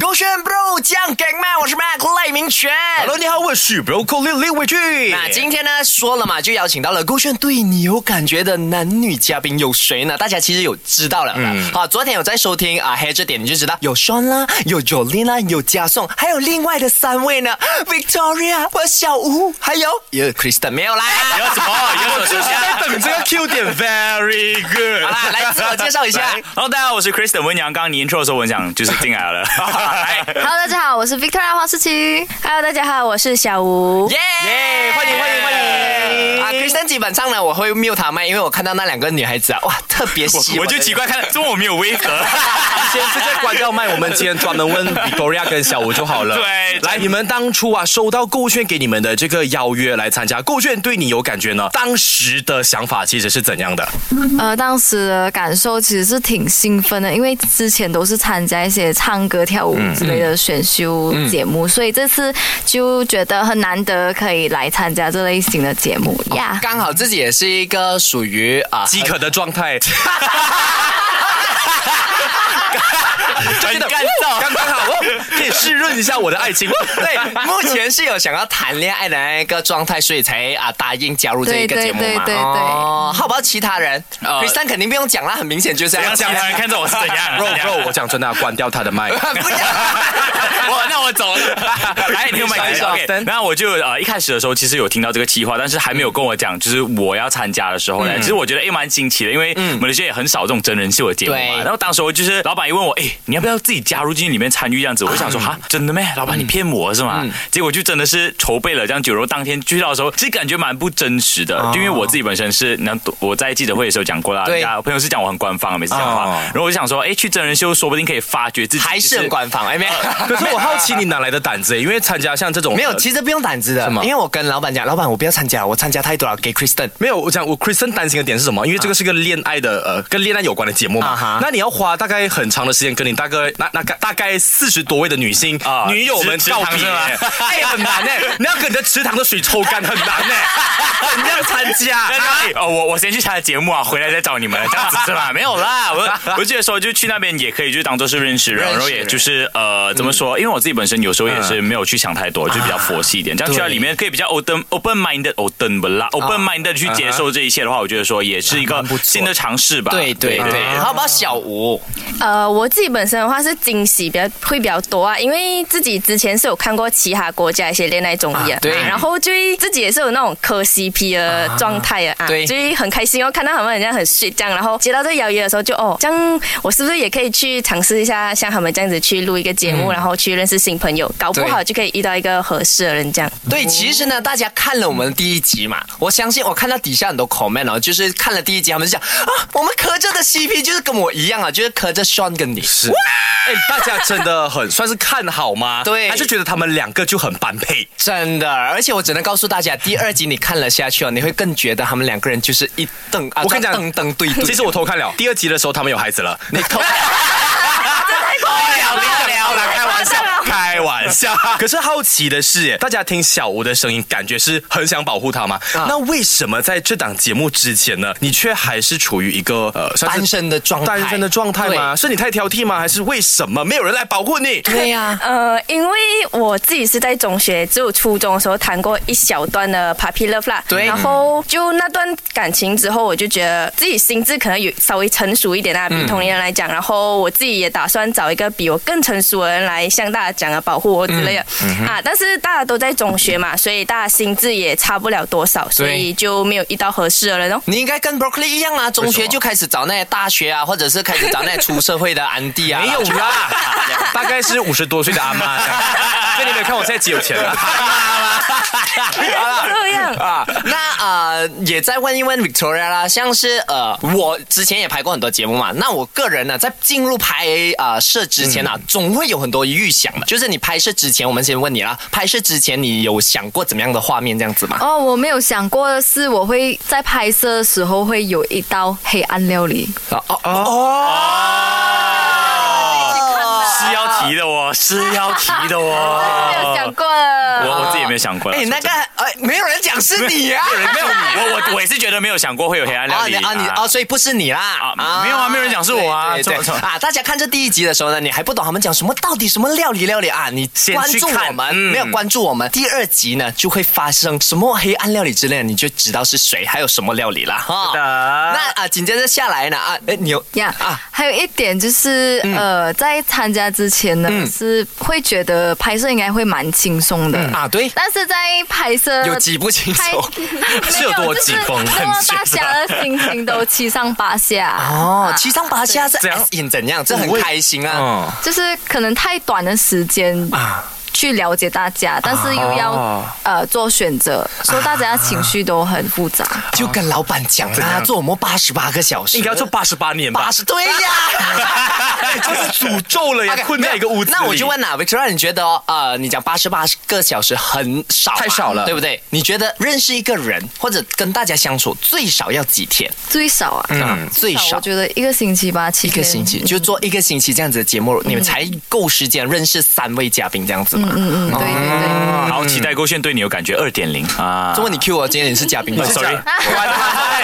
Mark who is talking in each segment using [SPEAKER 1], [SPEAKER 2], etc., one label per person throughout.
[SPEAKER 1] 勾选 bro 酱梗麦，我是 Mac 赖明全。
[SPEAKER 2] Hello，你好，我是 Broccoli 李伟俊。
[SPEAKER 1] 那今天呢，说了嘛，就邀请到了勾选对你有感觉的男女嘉宾有谁呢？大家其实有知道了的。
[SPEAKER 2] 嗯
[SPEAKER 1] 好，昨天有在收听啊黑这点，你就知道有 Sean 啦，有 Jolin 啦，有嘉颂，还有另外的三位呢，Victoria 和小吴，还有有 Kristen 没 有啦。
[SPEAKER 2] 要什么？要什么？在等 这个 Q 点 Very
[SPEAKER 1] 好
[SPEAKER 2] good。
[SPEAKER 1] 啦，来自我介绍一下。
[SPEAKER 3] Hello，大家好，我是 Kristen 文阳。刚刚你 intro 的时候，文阳就是进 来了。
[SPEAKER 4] Hello，大家好，我是 Victoria 黄思琪。Hello，大家好，我是小吴。
[SPEAKER 1] 耶
[SPEAKER 2] 耶欢迎欢迎欢迎
[SPEAKER 1] 啊，Kristen 基本上呢，我会 mute 他们，因为我看到那两个女孩子啊，哇，特别喜欢
[SPEAKER 3] 我我就奇怪，看到怎么我没有威和？
[SPEAKER 2] 先直接关掉麦，我们今天专门问 Victoria 跟小吴就好了。
[SPEAKER 3] 对
[SPEAKER 2] 来，你们当初啊收到购券给你们的这个邀约来参加购券，对你有感觉呢？当时的想法其实是怎样的？
[SPEAKER 4] 呃，当时的感受其实是挺兴奋的，因为之前都是参加一些唱歌、跳舞之类的选秀节目，所以这次就觉得很难得可以来参加这类型的节目呀。
[SPEAKER 1] 刚好自己也是一个属于啊，
[SPEAKER 2] 饥渴的状 态，
[SPEAKER 3] 很干燥。
[SPEAKER 2] 刚刚好，哦可以湿润一下我的爱 情。对，
[SPEAKER 1] 对，目前是有想要谈恋爱的那一个状态，所以才啊答应加入这一个节目嘛。
[SPEAKER 4] 对对对对
[SPEAKER 1] 哦，好吧，其他人
[SPEAKER 3] 呃
[SPEAKER 1] ，Kristen 肯定不用讲啦，很明显就是
[SPEAKER 3] 怎
[SPEAKER 1] 要
[SPEAKER 3] 样？
[SPEAKER 1] 讲
[SPEAKER 3] 讲
[SPEAKER 1] 啦。
[SPEAKER 3] 来看着我是怎样
[SPEAKER 2] bro bro，我讲真的啊，关掉他的 麦。
[SPEAKER 1] 不要，
[SPEAKER 3] 我那我 走了。来，你有买
[SPEAKER 2] 你上一
[SPEAKER 3] OK
[SPEAKER 2] 上。
[SPEAKER 3] 然后我就呃一开始的时候，其实有听到这个计划，但是还没有跟我讲，就是我要参加的时
[SPEAKER 1] 嗯
[SPEAKER 3] 候呢，其实我觉得诶蛮新奇的，因为马来西亚也很少这种真人秀的节目嘛
[SPEAKER 1] 对。
[SPEAKER 3] 然后当时我就是老板一问我，哎，你要不要自己加入进去里面参与这样子？我就想说哈，真的咩？
[SPEAKER 1] 嗯
[SPEAKER 3] 老板你骗我是吗？结果就真的是筹备了这样久，然后当天去到的时候，其实感觉蛮不真实的，就因为我自己本身是，那我在记者会的时候讲过啦，
[SPEAKER 1] 哦对
[SPEAKER 3] 人家朋友是讲我很官方，每次讲话
[SPEAKER 2] 哦，
[SPEAKER 3] 然后我就想说，哎，去真人秀说不定可以发掘自己，
[SPEAKER 1] 还是
[SPEAKER 3] 就
[SPEAKER 1] 很官方，哎没有。
[SPEAKER 2] 呃可是我好奇你哪来的胆子？欸因为参加像这种
[SPEAKER 1] 没有，
[SPEAKER 2] 呃
[SPEAKER 1] 其实不用胆子的，
[SPEAKER 2] 么
[SPEAKER 1] 因为我跟老板讲，老板我不要参加，我参加太多了，给 Kristen。
[SPEAKER 2] 没有，我讲我 Kristen 担心的点是什么？因为这个是个恋爱的，呃，跟恋爱有关的节目嘛。
[SPEAKER 1] 啊哈
[SPEAKER 2] 那你要花大概很长的时间跟你大概那那大大概四十多位的女性、
[SPEAKER 3] 啊
[SPEAKER 2] 女友们
[SPEAKER 3] 池
[SPEAKER 2] 告
[SPEAKER 3] 池
[SPEAKER 2] 别，
[SPEAKER 3] 塘是吗
[SPEAKER 2] 哎，很难哎、你要跟你的池塘的水抽干很难 哎、怎样参加？
[SPEAKER 3] 大家 哦，我我先去他的节目啊，回来再找你 们，这样子是吧？没有啦，我我记得说就去那边也可以，就当做是认识人，
[SPEAKER 1] 认识人嗯
[SPEAKER 3] 然后也就是呃，怎么说？因为我自己本身有时候也是没有去想太多，就比较佛系一点。这样去到里面可以比较 open open minded open 不
[SPEAKER 1] 啊
[SPEAKER 3] 啦 open minded 去接受这一切的话，我觉得说也是一个新的尝试吧。
[SPEAKER 1] 对对对，
[SPEAKER 2] 啊
[SPEAKER 1] 好不好？小吴，
[SPEAKER 5] 呃，我自己本身的话是惊喜比较会比较多啊，因为自己之前是有看过其他国家一些恋爱综艺啊，
[SPEAKER 1] 对
[SPEAKER 5] 然后就会自己也是有那种磕 CP 的状态啊，啊
[SPEAKER 1] 对
[SPEAKER 5] 就会很开心哦，看到他们好像很 sweet 这样，然后接到这个邀约的时候就哦，这样我是不是也可以去尝试一下像他们这样子去录一个节目，然后去认识新朋友，搞不
[SPEAKER 1] 对
[SPEAKER 5] 好就可以遇到一个合适的人这样。
[SPEAKER 1] 对，其实呢，大家看了我们第一集嘛，我相信我看到底下很多 comment 哦，就是看了第一集，他们就讲啊，我们磕着的 CP 就是跟我一样啊，就是磕着 Sean 跟你。
[SPEAKER 2] 是，哎、大家真的很算是看好吗？
[SPEAKER 1] 对
[SPEAKER 2] 还是觉得他们两个就很般配？
[SPEAKER 1] 真的，而且我只能告诉大家，第二集你看了下去哦，你会更觉得他们两个人就是一瞪啊，
[SPEAKER 2] 我跟你讲
[SPEAKER 1] 瞪瞪对对。
[SPEAKER 2] 其 实我偷看了第二集的时候，他们有孩子了。你偷。
[SPEAKER 3] 聊聊聊啦，开玩笑。
[SPEAKER 2] 开玩笑。可是好奇的是，大家听小吴的声音，感觉是很想保护他嘛？
[SPEAKER 1] 啊
[SPEAKER 2] 那为什么在这档节目之前呢，你却还是处于一个呃算是
[SPEAKER 1] 单身的状态
[SPEAKER 2] 单身的状态吗？是你太挑剔吗？还是为什么没有人来保护你？
[SPEAKER 1] 对呀、
[SPEAKER 5] 呃，因为我自己是在中学，只有初中的时候谈过一小段的 puppy love 啦。
[SPEAKER 1] 对
[SPEAKER 5] 然后就那段感情之后，我就觉得自己心智可能有稍微成熟一点啦，比同龄人来讲。然后我自己也打算找一个比我更成熟的人来向大家讲啊，保护我之类的、啊。但是大家都在中学嘛，所以大家心智也差不了多少，所以就没有遇到合适的人哦。
[SPEAKER 1] 你应该跟 Broccoli 一样啊，中学就开始找那些大学啊，或者是开始找那些出社会的安迪啊。
[SPEAKER 2] 没有啦， 大概是五十多岁的阿妈。 所以你没有看我现在几有钱 啊了？
[SPEAKER 5] 这样。
[SPEAKER 1] 啊，那呃，也再问一问 Victoria 啦，像是呃，我之前也拍过很多节目嘛，那我个人呢，在进入拍呃摄之前啊，总会有很多预想的，就是你拍摄之前，我们先问你啦，拍摄之前你有想过怎么样的画面这样子吗？
[SPEAKER 4] 哦，我没有想过的是，我会在拍摄的时候会有一道黑暗料理。
[SPEAKER 1] 哦哦哦，
[SPEAKER 3] 是 要提的哦，是要提的
[SPEAKER 4] 没有
[SPEAKER 3] 哦
[SPEAKER 4] 想。过了。
[SPEAKER 3] 我我自己也没有想过啦。
[SPEAKER 1] 哎、那个
[SPEAKER 3] 说真的
[SPEAKER 1] 呃哎，没有人讲是你啊呀、
[SPEAKER 3] 没有，我我我也是觉得没有想过会有黑暗料
[SPEAKER 1] 啊，
[SPEAKER 3] 理
[SPEAKER 1] 你啊你哦，所以不是你啦
[SPEAKER 3] 啊没有啊没有人讲是我啊
[SPEAKER 1] 对对
[SPEAKER 3] 怎
[SPEAKER 1] 对
[SPEAKER 3] 么
[SPEAKER 1] 啊！大家看这第一集的时候呢，你还不懂他们讲什么，到底什么料理料理啊？你
[SPEAKER 3] 先
[SPEAKER 1] 关
[SPEAKER 3] 去
[SPEAKER 1] 注
[SPEAKER 3] 看
[SPEAKER 1] 我们，
[SPEAKER 3] 嗯
[SPEAKER 1] 没有关注我们，第二集呢就会发生什么黑暗料理之类的，你就知道是谁，还有什么料理啦哈。
[SPEAKER 3] 的
[SPEAKER 1] 那啊，紧接着下来呢啊，哎，你有
[SPEAKER 4] 呀、
[SPEAKER 1] 啊嗯
[SPEAKER 4] 还有一点就是、呃，在参加之前呢，是会觉得拍摄应该会蛮轻松的，
[SPEAKER 1] 啊，对，
[SPEAKER 4] 但是在拍
[SPEAKER 5] 呃
[SPEAKER 4] 摄
[SPEAKER 1] 有几不轻
[SPEAKER 4] 拍
[SPEAKER 1] 松
[SPEAKER 2] 是有多紧绷
[SPEAKER 4] 就是
[SPEAKER 2] 很
[SPEAKER 4] 弄到
[SPEAKER 2] 紧
[SPEAKER 4] 大家的心情都七上八下啊
[SPEAKER 1] 哦，
[SPEAKER 5] 啊
[SPEAKER 1] 七上八下是
[SPEAKER 2] 怎样
[SPEAKER 1] S in 怎样？这很开心啊。
[SPEAKER 2] 嗯，
[SPEAKER 4] 就是可能太短的时间
[SPEAKER 1] 啊
[SPEAKER 4] 去了解大家，但是又要、呃做选择，所以大
[SPEAKER 1] 啊
[SPEAKER 4] 家情绪都很复杂。
[SPEAKER 1] 就跟老板讲啊，做我们八十八个小时，
[SPEAKER 2] 应该要做八十八年吧
[SPEAKER 1] 八，十对呀。
[SPEAKER 2] 这是诅咒了呀，
[SPEAKER 1] OK，
[SPEAKER 2] 困在一个屋子里。
[SPEAKER 1] 哎那我就问啦，Victoria，你觉得哦呃，你讲八十八个小时很少吗，
[SPEAKER 2] 太少了
[SPEAKER 1] 对不对？你觉得认识一个人或者跟大家相处最少要几天？
[SPEAKER 4] 最少啊，
[SPEAKER 1] 嗯，最少
[SPEAKER 4] 我。觉得一个星期吧，七
[SPEAKER 1] 一
[SPEAKER 4] 天
[SPEAKER 1] 个星期就做一个星期这样子的节目，你们才够时间认识三位嘉宾这样子嘛？
[SPEAKER 4] 嗯，对对对。
[SPEAKER 3] 然
[SPEAKER 1] 嗯
[SPEAKER 3] 后啊期待勾选对你有感觉二点零啊
[SPEAKER 1] 就。问你 Q 我，今天你是嘉宾吗
[SPEAKER 2] 哦 sorry，关麦，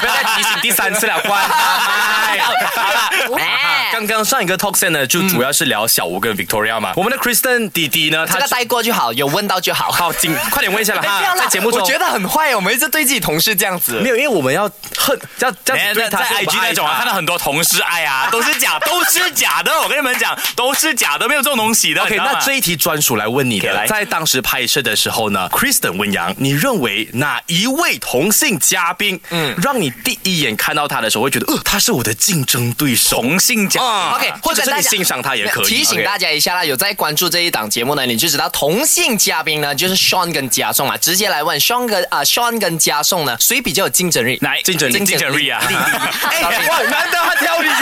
[SPEAKER 2] 不要再提醒第三次了，关 麦。好啦
[SPEAKER 1] 哎
[SPEAKER 2] 刚刚上一个 talk set 呢，就主要是聊小吴跟 Victoria 嘛。我们的 Kristen 弟弟呢，
[SPEAKER 1] 嗯这
[SPEAKER 2] 他
[SPEAKER 1] 个带过就好，有问到就好。
[SPEAKER 2] 好，请快点问一下 了
[SPEAKER 1] 不要
[SPEAKER 2] 哈，
[SPEAKER 1] 啦
[SPEAKER 2] 在节目中
[SPEAKER 1] 我觉得很坏，我们一直对自己同事这样子
[SPEAKER 2] 没。有，因为我们要恨，要这
[SPEAKER 3] 哎
[SPEAKER 2] 样子
[SPEAKER 3] 在
[SPEAKER 2] 对他
[SPEAKER 3] 在 IG 那种啊，看到很多同事爱啊，都是假，都是假的。我跟你们讲，都是假的，没有这种东西 的。
[SPEAKER 2] OK，
[SPEAKER 3] 你知道吗
[SPEAKER 2] 那这一题专属来问你
[SPEAKER 3] OK，
[SPEAKER 2] 的，
[SPEAKER 3] 来
[SPEAKER 2] 在当时拍摄的时候呢，Kristen 温阳，你认为哪一位同性嘉宾，嗯，让你第一眼看到他的时候会觉得，呃，他是我的竞争对手？
[SPEAKER 3] 同性假。
[SPEAKER 1] OK，
[SPEAKER 2] 或者
[SPEAKER 1] 这
[SPEAKER 2] 是
[SPEAKER 1] 个大
[SPEAKER 2] 你
[SPEAKER 1] 家
[SPEAKER 2] 欣赏他也可以。
[SPEAKER 1] 提醒
[SPEAKER 2] OK
[SPEAKER 1] 大家一下啦，有在关注这一档节目呢，你就知道同性嘉宾呢就是 Sean 跟嘉颂啊，直接来问 Sean 跟啊 Sean 跟嘉颂呢，谁比较有竞争力？
[SPEAKER 3] 来，
[SPEAKER 2] 竞争力
[SPEAKER 3] 竞争力啊！
[SPEAKER 1] 哎，
[SPEAKER 2] 哇，难得他挑你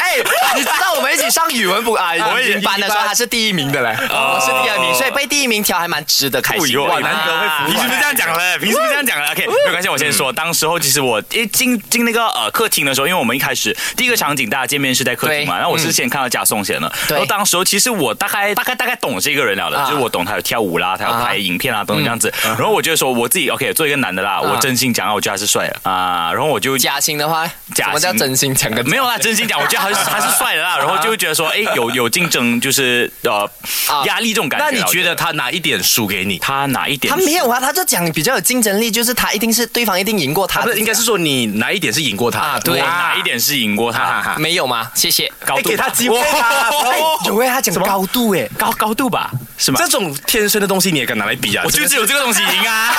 [SPEAKER 1] 哎，你知道我们一起上语文补啊，
[SPEAKER 2] 我
[SPEAKER 1] 我
[SPEAKER 2] 也
[SPEAKER 1] 语文班的时候他是第一名的嘞，我是第二名，所以被第一名挑还蛮值得开心的。
[SPEAKER 2] 哇
[SPEAKER 3] 啊
[SPEAKER 2] 难得会服嗯
[SPEAKER 3] 凭什么这样讲嘞？凭什么这样讲嘞？OK，没有关系，我先说。当时候其实我一进进那个呃客厅的时候，因为我们一开始第一个场景大家见面是在客厅嘛，
[SPEAKER 1] 对
[SPEAKER 3] 然后
[SPEAKER 2] 嗯
[SPEAKER 3] 我是先看到加颂先了。
[SPEAKER 1] 对
[SPEAKER 3] 然后当时候其实我大概大概大概懂这个人了的，
[SPEAKER 1] 啊
[SPEAKER 3] 就是我懂他有跳舞啦，他有
[SPEAKER 1] 啊
[SPEAKER 3] 拍影片啊等等这样子。
[SPEAKER 2] 嗯
[SPEAKER 3] 然后我就说我自己 OK，做一个男的啦，我真心讲啊，我觉得他是帅的啊。然后我就
[SPEAKER 1] 假心的话，
[SPEAKER 3] 假
[SPEAKER 1] 什么叫
[SPEAKER 3] 心
[SPEAKER 1] 真心讲跟
[SPEAKER 3] 没有啦，真心讲，我觉得还是 还是帅的啦。然后就会觉得说，哎，有有竞争，就是呃
[SPEAKER 1] 啊
[SPEAKER 3] 压力这种感觉
[SPEAKER 2] 那
[SPEAKER 3] 啦。
[SPEAKER 2] 你
[SPEAKER 3] 我
[SPEAKER 2] 觉得他哪一点输给你？
[SPEAKER 3] 他哪一点
[SPEAKER 1] 他没有啊，他就讲比较有竞争力，就是他一定是对方一定赢过他
[SPEAKER 2] 啊，不
[SPEAKER 1] 的，
[SPEAKER 2] 是，应该是说你哪一点是赢过他？
[SPEAKER 1] 啊对
[SPEAKER 3] 我哪一点是赢过
[SPEAKER 2] 哈哈
[SPEAKER 3] 他？
[SPEAKER 2] 哈
[SPEAKER 1] 没有吗？谢谢。
[SPEAKER 3] 高
[SPEAKER 2] 哎
[SPEAKER 3] 度吧
[SPEAKER 2] 给他机会啊
[SPEAKER 3] 哇
[SPEAKER 2] 哎
[SPEAKER 1] 有哎，他讲高度哎，
[SPEAKER 3] 高高度吧，是吗
[SPEAKER 2] 这？种天生的东西你也敢拿来比啊？
[SPEAKER 3] 我就只有这个东西 赢啊！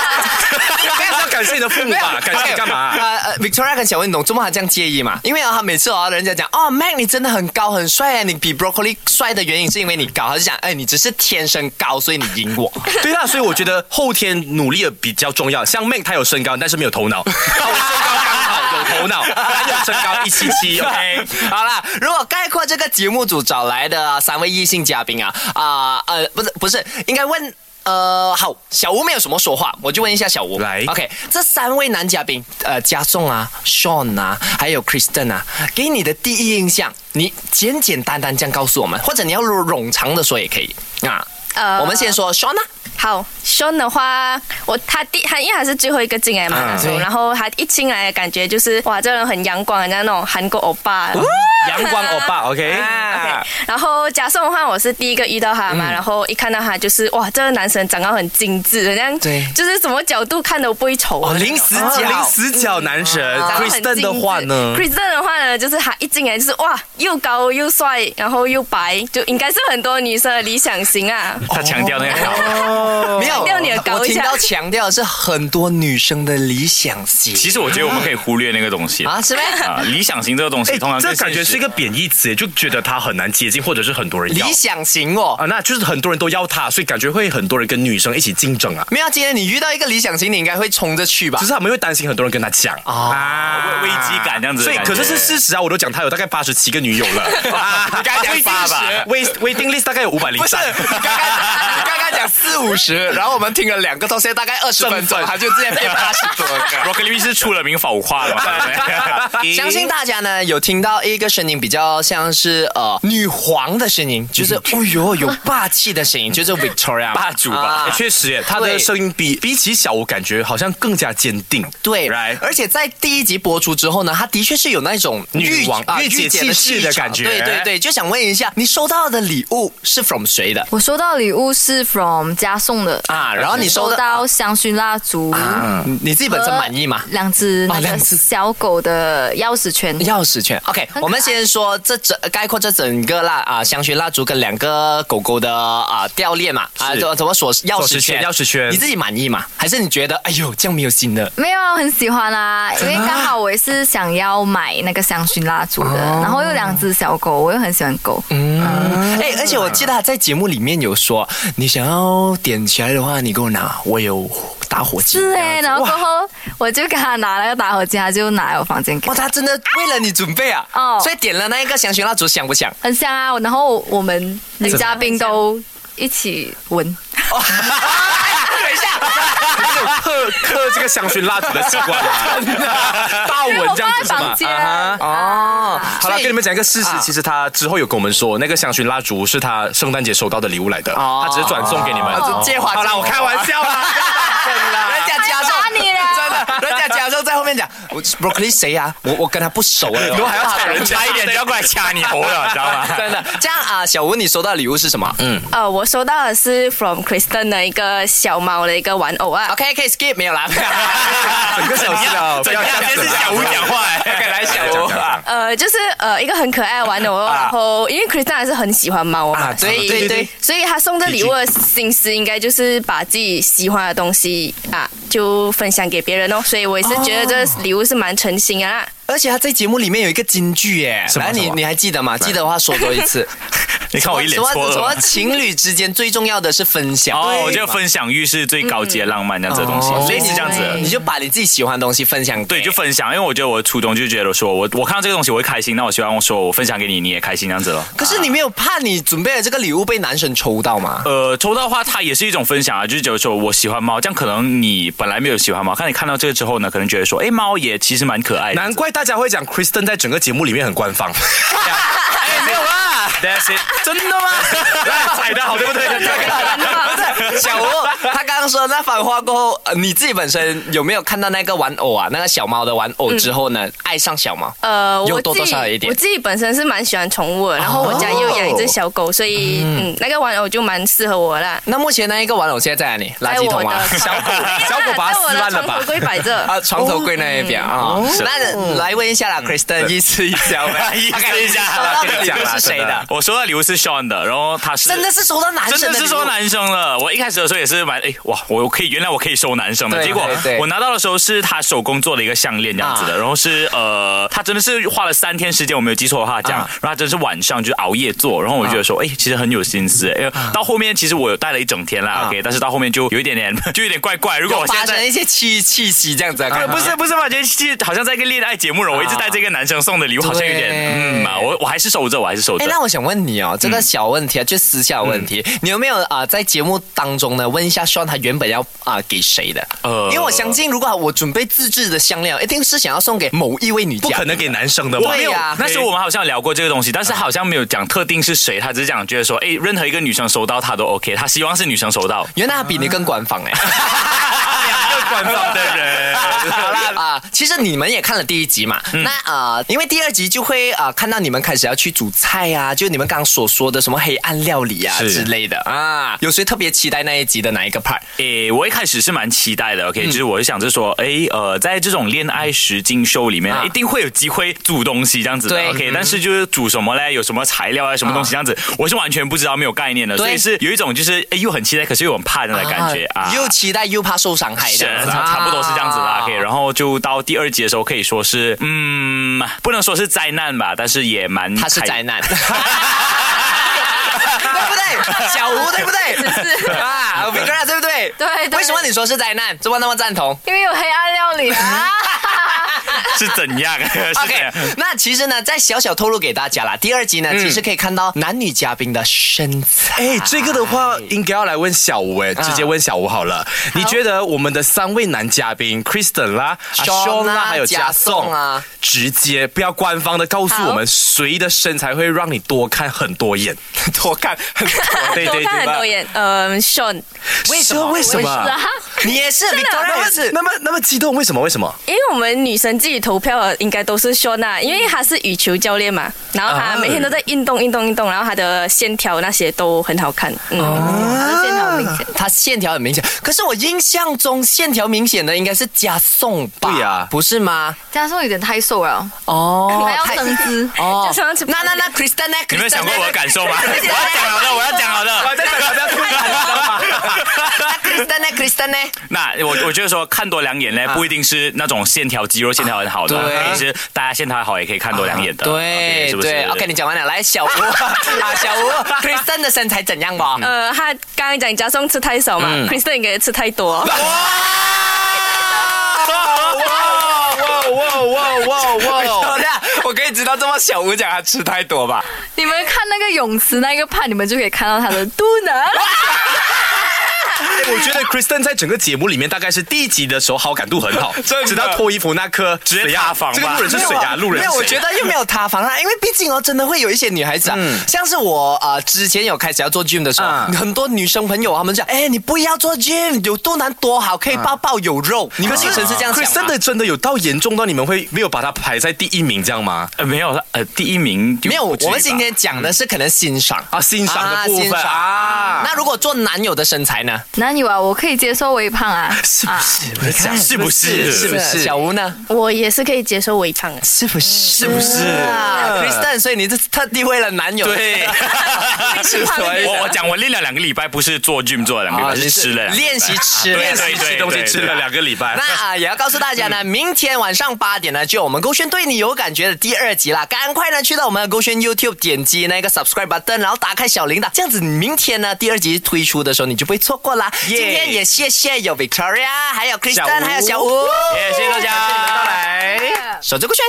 [SPEAKER 2] 要感谢你的父母吧，感谢你干嘛啊？
[SPEAKER 1] 呃呃，Victoria 跟小文，你懂怎么还这样介意嘛？因为啊，他每次啊，人家讲哦，Mac 你真的很高很帅啊，你比 Broccoli 帅的原因是因为你高，他就讲哎，你只是天生高，所以你赢我。
[SPEAKER 2] 对啦，所以我觉得后天努力的比较重要。像 Mac 他有身高，但是没有头脑；啊我身高刚好有头脑，他有身高一七七。OK，
[SPEAKER 1] 哎好啦，如果概括这个节目组找来的三位异性嘉宾啊，啊呃，不是不是，应该问。呃，好，小吴没有什么说话，我就问一下小吴。
[SPEAKER 2] 来
[SPEAKER 1] ，OK，这三位男嘉宾，呃，嘉颂啊、Sean 啊，还有 Kristen 啊，给你的第一印象，你简简单单这样告诉我们，或者你要冗长的说也可以啊。
[SPEAKER 5] 呃
[SPEAKER 1] 我们先说 Sean 啊，
[SPEAKER 5] 好，Sean 的话，我他第他因为他是最后一个进来嘛，那时候
[SPEAKER 1] 嗯对
[SPEAKER 5] 然后他一进来的感觉就是哇，这人很阳光，人家那种韩国欧巴。
[SPEAKER 1] 嗯
[SPEAKER 2] 阳光欧巴，OK，
[SPEAKER 5] OK，然后加颂的话，我是第一个遇到他
[SPEAKER 1] 嗯
[SPEAKER 5] 嘛，然后一看到他就是哇，这个男生长得很精致，人家
[SPEAKER 1] 对
[SPEAKER 5] 就是什么角度看都不会丑
[SPEAKER 1] 哦，
[SPEAKER 5] 的那种。
[SPEAKER 1] 零死
[SPEAKER 2] 啊
[SPEAKER 1] 角，
[SPEAKER 2] 零死角男
[SPEAKER 1] 呃
[SPEAKER 2] 神
[SPEAKER 5] 长嗯得很精
[SPEAKER 2] Kristen
[SPEAKER 5] 致
[SPEAKER 2] 的话呢？
[SPEAKER 5] ？Kristen 的话呢，就是他一进来就是哇，又高又帅，然后又白，就应该是很多女生的理想型啊。
[SPEAKER 3] 他强调那个高，
[SPEAKER 1] 没有，
[SPEAKER 5] 强哦调你的高
[SPEAKER 1] 哦我听
[SPEAKER 5] 一下
[SPEAKER 1] 到强调的是很多女生的理想型
[SPEAKER 3] 其实我觉得我们可以忽略那个东西啊
[SPEAKER 1] 啊，是 呗？
[SPEAKER 3] 理想型这个东西，通常
[SPEAKER 2] 哎这
[SPEAKER 3] 跟
[SPEAKER 2] 感觉
[SPEAKER 3] 现实
[SPEAKER 2] 是一个贬义词，就觉得他很难接近，或者是很多人要
[SPEAKER 1] 理想型哦，
[SPEAKER 2] 啊，那就是很多人都要他，所以感觉会很多人跟女生一起竞争啊。
[SPEAKER 1] 没有，今天你遇到一个理想型，你应该会冲着去吧
[SPEAKER 2] 只？是他们会担心很多人跟他抢啊
[SPEAKER 3] 危机感这样子的
[SPEAKER 2] 所以
[SPEAKER 3] 感觉
[SPEAKER 2] 可是是 事实啊，我都讲他有大概八十七个女友了，啊你
[SPEAKER 1] 刚才讲八吧
[SPEAKER 2] ，wait waiting list 大概有五百零
[SPEAKER 1] 不是，
[SPEAKER 2] 三。
[SPEAKER 1] 你刚刚你刚刚讲四四五十，然后我们听了两个到现在大概二十分 钟，他就直接变八十多个。
[SPEAKER 3] Rock Lee 是出了名浮夸的嘛，对 不对
[SPEAKER 1] 相信大家呢有听到一个声音，比较像是呃女皇的声音，就是哦呦有霸气的声音，就是 Victoria
[SPEAKER 3] 霸主吧
[SPEAKER 1] 啊？
[SPEAKER 2] 哎确实耶，他
[SPEAKER 1] 对
[SPEAKER 2] 的声音比比起小，我感觉好像更加坚定。
[SPEAKER 1] 对
[SPEAKER 2] Right
[SPEAKER 1] 而且在第一集播出之后呢，她的确是有那种
[SPEAKER 2] 女王
[SPEAKER 1] 啊
[SPEAKER 2] 御姐气势的感觉
[SPEAKER 1] 对对对，就想问一下，你收到的礼物是 from 谁的？
[SPEAKER 4] 我收到礼物是 from 家送的
[SPEAKER 1] 啊然后你收
[SPEAKER 4] 收
[SPEAKER 1] 的
[SPEAKER 4] 到香薰蜡烛，
[SPEAKER 1] 你你自己本身满意吗
[SPEAKER 4] 和？两只
[SPEAKER 1] 哦
[SPEAKER 4] 那
[SPEAKER 1] 两
[SPEAKER 4] 个
[SPEAKER 1] 只
[SPEAKER 4] 小狗的钥匙圈。
[SPEAKER 1] 钥匙 圈，OK，
[SPEAKER 4] 很可爱
[SPEAKER 1] 我们先说这整呃概括这整个蜡啊香薰蜡烛跟两个狗狗的啊吊链嘛啊
[SPEAKER 2] 是
[SPEAKER 1] 怎么怎么锁钥匙圈
[SPEAKER 2] 钥匙圈
[SPEAKER 1] 你自己满意吗？还是你觉得哎呦这样没有新的？
[SPEAKER 4] 没有啊，我很喜欢啊，因为刚好我也是想要买那个香薰蜡烛的，
[SPEAKER 1] 哦
[SPEAKER 4] 然后有两只小狗，我又很喜欢狗，
[SPEAKER 2] 嗯
[SPEAKER 1] 哎，而且我记得他在节目里面有说，你想要点起来的话，你给我拿，我有打火机。
[SPEAKER 4] 是哎，
[SPEAKER 1] 这
[SPEAKER 4] 然
[SPEAKER 1] 样
[SPEAKER 4] 后
[SPEAKER 1] 子
[SPEAKER 4] 过后我就给他拿了个打火机，他就拿来我房间给
[SPEAKER 1] 哇，
[SPEAKER 4] 我，
[SPEAKER 1] 他真的为了你准备啊！
[SPEAKER 4] 哦
[SPEAKER 1] 所以点了那一个香薰蜡烛，香不 香？
[SPEAKER 4] 很香啊，然后我们女嘉宾都一起闻，
[SPEAKER 1] 等一下，
[SPEAKER 2] 有刻刻这个香薰蜡烛的习惯 啊，大
[SPEAKER 4] 因为
[SPEAKER 2] 吻
[SPEAKER 4] 我
[SPEAKER 2] 这
[SPEAKER 4] 放
[SPEAKER 2] 样
[SPEAKER 4] 在
[SPEAKER 2] 子是吗
[SPEAKER 4] 房？间
[SPEAKER 1] 啊哈
[SPEAKER 4] 哦，
[SPEAKER 2] 好了，
[SPEAKER 1] 所以
[SPEAKER 2] 跟你们讲一个事实，其实他之后有跟我们说，那个香薰蜡烛是他圣诞节收到的礼物来的，
[SPEAKER 1] 哦
[SPEAKER 2] 他只是转送给你们。
[SPEAKER 1] 哦借花
[SPEAKER 2] 好啦，我开玩笑 啦，真啦
[SPEAKER 1] 人家加
[SPEAKER 4] 打
[SPEAKER 1] 上
[SPEAKER 4] 你了
[SPEAKER 1] 真的，人家加上在后面讲我，broccoli 谁啊？我我跟他不熟了，
[SPEAKER 2] 以后还要踩人家
[SPEAKER 3] 差一点就要过来掐你喉了，知 道吗？
[SPEAKER 1] 真的。这样啊，小吴，你收到礼物是什么？嗯
[SPEAKER 5] 呃，我收到的是 from Kristen 的一个小猫的一个玩偶啊。
[SPEAKER 1] ，OK，可以 skip 没有啦。
[SPEAKER 2] 整个小时啊，
[SPEAKER 3] 怎样？ 今天是小吴讲话哎，
[SPEAKER 1] OK，来小吴啊。
[SPEAKER 5] 呃，就是呃一个很可爱的玩偶，然后因为 Kristen 还是很喜欢猫嘛，
[SPEAKER 1] 啊对
[SPEAKER 5] 所以
[SPEAKER 1] 对对
[SPEAKER 5] 所以他送这礼物的心思应该就是把自己喜欢的东西啊就分享给别人哦，所以我也是觉得这个礼物是蛮诚心啊。
[SPEAKER 1] 而且他在节目里面有一个金句耶，
[SPEAKER 2] 么
[SPEAKER 1] 来你
[SPEAKER 2] 什么
[SPEAKER 1] 你还记得吗？记得的话说多一次。
[SPEAKER 3] 你看我一脸
[SPEAKER 1] 什么
[SPEAKER 3] 错
[SPEAKER 1] 什
[SPEAKER 3] 愕
[SPEAKER 1] 么。情侣之间最重要的是分享
[SPEAKER 3] 哦，我觉
[SPEAKER 1] 就
[SPEAKER 3] 得分享欲是最高级的浪漫，这样子的东西，所以是这样子的。
[SPEAKER 1] 你就把你自己喜欢的东西分享给
[SPEAKER 3] 对，就分享，因为我觉得我初衷就觉得说，我我看到这个东西我会开心，那我希望我说我分享给你，你也开心这样子咯。
[SPEAKER 1] 可是你没有怕你准备的这个礼物被男生抽到吗？
[SPEAKER 3] 呃，抽到的话，它也是一种分享啊，就是觉得说我喜欢猫，这样可能你本来没有喜欢猫，看你看到这个之后呢，可能觉得说，哎，猫也其实蛮可爱的。
[SPEAKER 2] 难怪大家会讲 Kristen 在整个节目里面很官方。
[SPEAKER 3] 哎，没有啦，That's it，真的吗？踩的好，对不对？
[SPEAKER 1] 不是小吴，他刚刚说那番话过后，呃你自己本身有没有看到那个玩偶啊，那个小猫的玩偶之后呢，爱上小猫？
[SPEAKER 5] 呃，
[SPEAKER 1] 又
[SPEAKER 5] 我
[SPEAKER 1] 多
[SPEAKER 5] 自
[SPEAKER 1] 多
[SPEAKER 5] 己
[SPEAKER 1] 少少有一点哦
[SPEAKER 5] 我自己本身是蛮喜欢宠物的，然后我家又养一只小狗，所以嗯那个玩偶就蛮适合我的啦。
[SPEAKER 1] 那目前那一个玩偶现在在哪里？垃
[SPEAKER 5] 在
[SPEAKER 1] 圾
[SPEAKER 5] 我
[SPEAKER 1] 桶啊
[SPEAKER 5] 的，床
[SPEAKER 2] 小狗把它撕烂了吧
[SPEAKER 5] 在我的床 头柜摆着。
[SPEAKER 1] 啊，床头柜那一边啊。
[SPEAKER 2] 是
[SPEAKER 1] 那来问一下啦，Kristen，意思一下 呗，
[SPEAKER 3] 意思一下
[SPEAKER 1] OK，收到的礼物是谁
[SPEAKER 2] 真
[SPEAKER 1] 的
[SPEAKER 2] 的？
[SPEAKER 3] 我收到礼物是 Sean 的，然后他是
[SPEAKER 1] 真的是收到男生
[SPEAKER 3] 真
[SPEAKER 1] 的
[SPEAKER 3] 的
[SPEAKER 1] 礼物，
[SPEAKER 3] 是收男生了。我一开始的时候也是蛮哎哇，我可以原来我可以收男生的，
[SPEAKER 1] 对
[SPEAKER 3] 结果
[SPEAKER 1] 对对
[SPEAKER 3] 我拿到的时候是他手工做的一个项链这样子的，
[SPEAKER 1] 啊
[SPEAKER 3] 然后是呃，他真的是花了三天时间，我没有记错的话这样，
[SPEAKER 1] 啊
[SPEAKER 3] 然后他真的是晚上就是熬夜做，然后我就觉得说哎、其实很有心思，哎、到后面其实我有戴了一整天啦、
[SPEAKER 1] 啊
[SPEAKER 3] o k 但是到后面就有一点 点就有点怪怪，如果
[SPEAKER 1] 有
[SPEAKER 3] 我现
[SPEAKER 1] 发生
[SPEAKER 3] 在。
[SPEAKER 1] 一些气气息这样子啊，
[SPEAKER 3] 不
[SPEAKER 1] 看
[SPEAKER 3] 不是不是吧？就是好像在一个恋爱节目了，我一直带这个男生送的礼物，好像有点
[SPEAKER 1] 啊对
[SPEAKER 3] 嗯嘛，我我还是收着，我还是收着
[SPEAKER 1] 哎，。那我想问你哦，这个小问题啊，就私下问题，你有没有啊、在节目当中呢，问一下 Sean 他原本要啊、给谁的？
[SPEAKER 3] 呃
[SPEAKER 1] 因为我相信，如果我准备自制的香料，一定是想要送给某一位女
[SPEAKER 2] 不
[SPEAKER 1] 嘉
[SPEAKER 2] 可
[SPEAKER 1] 宾。
[SPEAKER 2] 能给男生的吧？
[SPEAKER 1] 对呀、啊
[SPEAKER 3] 那时候我们好像有聊过这个东西，但是好像没有讲特定是谁，他只是讲觉得说，哎，任何一个女生收到他都 OK，他希望是女生 收到。
[SPEAKER 1] 原来他比你更官 方哎、
[SPEAKER 3] 两个官方的人，
[SPEAKER 1] 好啦 啊、其实你们也看了第一集嘛，那啊、呃因为第二集就会啊、呃看到你们开始要去煮菜啊，就你们刚刚所说的什么黑暗料理啊
[SPEAKER 2] 是
[SPEAKER 1] 之类的啊，有谁特别期待那一集的哪一个 part？
[SPEAKER 3] 诶，我一开始是蛮期待的，OK，、就是我
[SPEAKER 1] 嗯
[SPEAKER 3] 是想着说，诶，呃，在这种恋爱实境秀里面，
[SPEAKER 1] 啊
[SPEAKER 3] 一定会有机会煮东西这样子的
[SPEAKER 1] 对嗯
[SPEAKER 3] ，OK，、但是就是煮什么嘞，有什么材料啊，什么东西这样子，我是完全不知道，没有概念的，
[SPEAKER 1] 对
[SPEAKER 3] 所以是有一种就是诶又很期待，可是又很怕这样的感觉啊。
[SPEAKER 1] 又期待又怕受伤害
[SPEAKER 3] 是
[SPEAKER 1] 这样子啊，
[SPEAKER 3] 差差不多是这样子啦。OK，
[SPEAKER 1] 以。
[SPEAKER 3] 然后就到第二集的时候，可以说是，嗯，不能说是灾难吧，但是也蛮
[SPEAKER 1] 他是
[SPEAKER 3] 开
[SPEAKER 1] 宅。男，对不对？小吴对不 对？是啊，Victoria 对不对？
[SPEAKER 4] 对对
[SPEAKER 1] 为什么你说是宅男？怎么那么赞同？
[SPEAKER 4] 因为有黑暗料理啊。
[SPEAKER 3] 是怎样？ 是怎
[SPEAKER 1] OK，
[SPEAKER 3] 样？
[SPEAKER 1] 那其实呢，再小小透露给大家啦，第二
[SPEAKER 3] 嗯
[SPEAKER 1] 集呢，其实可以看到男女嘉宾的身 材。
[SPEAKER 2] 哎，这个的话应该要来问小吴哎，直接问小吴好了。你觉得我们的三位男嘉宾 Kristen 啦、阿
[SPEAKER 1] Sean
[SPEAKER 2] 兄
[SPEAKER 1] 啦
[SPEAKER 2] 啦，还有
[SPEAKER 1] 加
[SPEAKER 2] 加
[SPEAKER 1] 颂
[SPEAKER 2] 颂
[SPEAKER 1] 啊
[SPEAKER 2] 啊，直接不要官方的告诉我们谁的身材会让你多看很多眼，多看很多， 对
[SPEAKER 5] 多
[SPEAKER 2] 对
[SPEAKER 5] 看很多
[SPEAKER 2] 对吧？
[SPEAKER 5] 眼，嗯，Sean，
[SPEAKER 2] 为什么？为什
[SPEAKER 4] 我也是
[SPEAKER 2] 么
[SPEAKER 4] 啊？
[SPEAKER 1] 你也是，Victoria 也是。
[SPEAKER 2] 那么那么激动？为什么？为什么？
[SPEAKER 5] 因为我们女生自己投票的应该都是 Sean
[SPEAKER 2] 嗯
[SPEAKER 5] 啊，因为他是羽球教练嘛，然后他
[SPEAKER 2] 啊
[SPEAKER 5] 每天都在运动运动运动，然后他的线条那些都很好看，嗯，
[SPEAKER 2] 哦
[SPEAKER 1] 啊
[SPEAKER 4] 真的好明显。
[SPEAKER 1] 他线条很明显，可是我印象中线条明显的应该是加颂吧？
[SPEAKER 2] 对
[SPEAKER 3] 啊
[SPEAKER 2] 呀
[SPEAKER 1] 不是吗？
[SPEAKER 4] 加上有点太瘦了，
[SPEAKER 1] 哦哎
[SPEAKER 4] 还要增姿。
[SPEAKER 1] 哦
[SPEAKER 5] 加颂要吃
[SPEAKER 1] 那那那 Kristen 呢？
[SPEAKER 3] 你们有想过我的感受 吗？我要讲好的，我要
[SPEAKER 2] 在
[SPEAKER 3] 讲好的。
[SPEAKER 2] 想要不要吐
[SPEAKER 1] 受？Kristen 呢？Kristen 呢？
[SPEAKER 3] 那我我觉得说看多两眼呢，不一定是那种线条肌肉线条很好
[SPEAKER 1] 啊对
[SPEAKER 3] 的，其实大家线条好也可以看多两眼的。
[SPEAKER 1] 对
[SPEAKER 3] OK，是不是
[SPEAKER 1] 对，OK，你讲完了，来 小吴啊，小吴，Kristen 的身材怎样
[SPEAKER 3] 嗯
[SPEAKER 1] 吧？
[SPEAKER 5] 呃，他刚刚讲加颂吃太少嘛、k
[SPEAKER 2] 嗯
[SPEAKER 5] r i s t e n 应该吃太 多。
[SPEAKER 2] 啊
[SPEAKER 1] 哇，我可以知道这么小吴讲他吃太多吧？
[SPEAKER 4] 你们看那个泳池那个畔，你们就可以看到他的肚 腩。
[SPEAKER 2] 哎我觉得 Kristen 在整个节目里面，大概是第一集的时候好感度很 好，
[SPEAKER 3] 真的
[SPEAKER 2] 直到脱衣服那刻，
[SPEAKER 1] 啊
[SPEAKER 3] 直接
[SPEAKER 2] 谁呀
[SPEAKER 3] 塌房吧
[SPEAKER 2] 这个路人是谁呀、路
[SPEAKER 1] 没
[SPEAKER 2] 人是
[SPEAKER 1] 有，
[SPEAKER 2] 谁？
[SPEAKER 1] 我觉得又没有塌房啦，因为毕竟哦，真的会有一些女孩子啊，像是我啊、呃之前有开始要做 gym 的时候，
[SPEAKER 2] 嗯
[SPEAKER 1] 很多女生朋友她们讲，哎，你不要做 gym，有肚腩多好，可以抱抱有肉，你们女生是这样想吗
[SPEAKER 2] 呃 Kristen 的啊真的有到严重到你们会没有把她排在第一名这样吗？
[SPEAKER 3] 呃没有呃第一名就
[SPEAKER 1] 没有，
[SPEAKER 3] 不至于
[SPEAKER 1] 我们
[SPEAKER 3] 吧
[SPEAKER 1] 今天讲的是可能欣赏
[SPEAKER 2] 啊欣赏的部分
[SPEAKER 1] 欣赏
[SPEAKER 2] 啊
[SPEAKER 1] 那如果做男友的身材呢？
[SPEAKER 4] 男友啊，我可以接受微胖啊，
[SPEAKER 2] 是不
[SPEAKER 4] 啊
[SPEAKER 2] 是？我在想是不是？
[SPEAKER 1] 是不是？小吴呢？
[SPEAKER 5] 我也是可以接受微胖的，
[SPEAKER 1] 是不是？是不是？Kristen，所以你是特地为了男友
[SPEAKER 3] 对，
[SPEAKER 1] 是所以
[SPEAKER 3] 我我讲我练了两个礼拜，不是做 gym 做了两个礼
[SPEAKER 1] 啊
[SPEAKER 3] 拜，是吃了两个礼拜
[SPEAKER 1] 练习吃
[SPEAKER 3] 对
[SPEAKER 1] 练习
[SPEAKER 3] 对
[SPEAKER 2] 吃
[SPEAKER 3] 对，
[SPEAKER 2] 东西
[SPEAKER 3] 对
[SPEAKER 2] 吃了。两个礼拜
[SPEAKER 1] 那。啊、也要告诉大家呢，明天晚上八点呢，就有我们勾选对你有感觉的第二集啦。赶快呢去到我们的勾选 YouTube 点击那个 subscribe button，然后打开小铃铛，这样子你明天呢第二集推出的时候你就不会错过啦。今天也谢谢有 Victoria，还有 Kristen，还有小吴，
[SPEAKER 3] 耶谢谢大家
[SPEAKER 1] 谢谢你们到来，守着勾选。